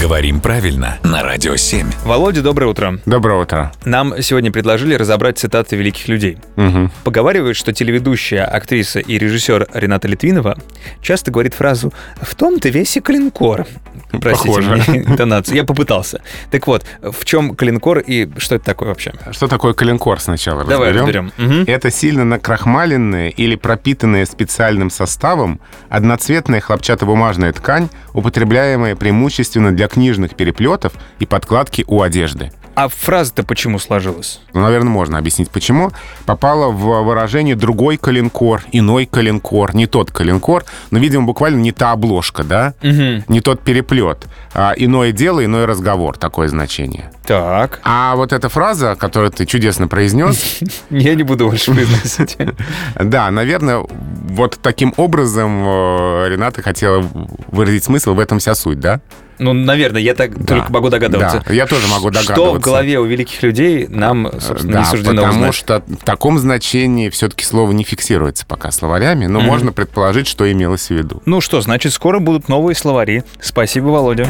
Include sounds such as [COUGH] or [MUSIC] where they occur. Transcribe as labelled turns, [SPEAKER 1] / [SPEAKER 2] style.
[SPEAKER 1] Говорим правильно на Радио 7.
[SPEAKER 2] Володя, доброе утро.
[SPEAKER 3] Доброе утро.
[SPEAKER 2] Нам сегодня предложили разобрать цитаты великих людей.
[SPEAKER 3] Мгм.
[SPEAKER 2] Поговаривают, что телеведущая, актриса и режиссер Рената Литвинова часто говорит фразу «в том-то весе клинкор». Простите
[SPEAKER 3] Похоже.
[SPEAKER 2] мне [LAUGHS] интонацию. Я попытался. Так вот, в чем клинкор и что это такое вообще?
[SPEAKER 3] Что такое коленкор сначала
[SPEAKER 2] Давай разберем. Мгм.
[SPEAKER 3] Это сильно накрахмаленная или пропитанная специальным составом одноцветная хлопчатобумажная ткань, употребляемая преимущественно для книжных переплетов и подкладки у одежды.
[SPEAKER 2] А фраза-то почему сложилась?
[SPEAKER 3] Ну, наверное, можно объяснить, почему. Попало в выражение «другой коленкор», «иной коленкор», «не тот коленкор». Ну, видимо, буквально не та обложка, да? Не тот переплет. А иное дело, иной разговор. Такое значение.
[SPEAKER 2] Так,
[SPEAKER 3] А вот эта фраза, которую ты чудесно произнес,
[SPEAKER 2] я не буду
[SPEAKER 3] [LAUGHS]
[SPEAKER 2] больше произносить.
[SPEAKER 3] да, наверное, вот таким образом э, Рената хотела выразить смысл, в этом вся суть, да?
[SPEAKER 2] Ну, наверное, я так только могу догадываться.
[SPEAKER 3] Да, я тоже
[SPEAKER 2] Что
[SPEAKER 3] могу
[SPEAKER 2] в
[SPEAKER 3] догадываться.
[SPEAKER 2] голове у великих людей нам, собственно, не
[SPEAKER 3] Да,
[SPEAKER 2] суждено
[SPEAKER 3] потому
[SPEAKER 2] узнать.
[SPEAKER 3] что в таком значении все-таки слово не фиксируется пока словарями, но можно предположить, что имелось в виду.
[SPEAKER 2] Ну что, значит, скоро будут новые словари. Спасибо, Володя.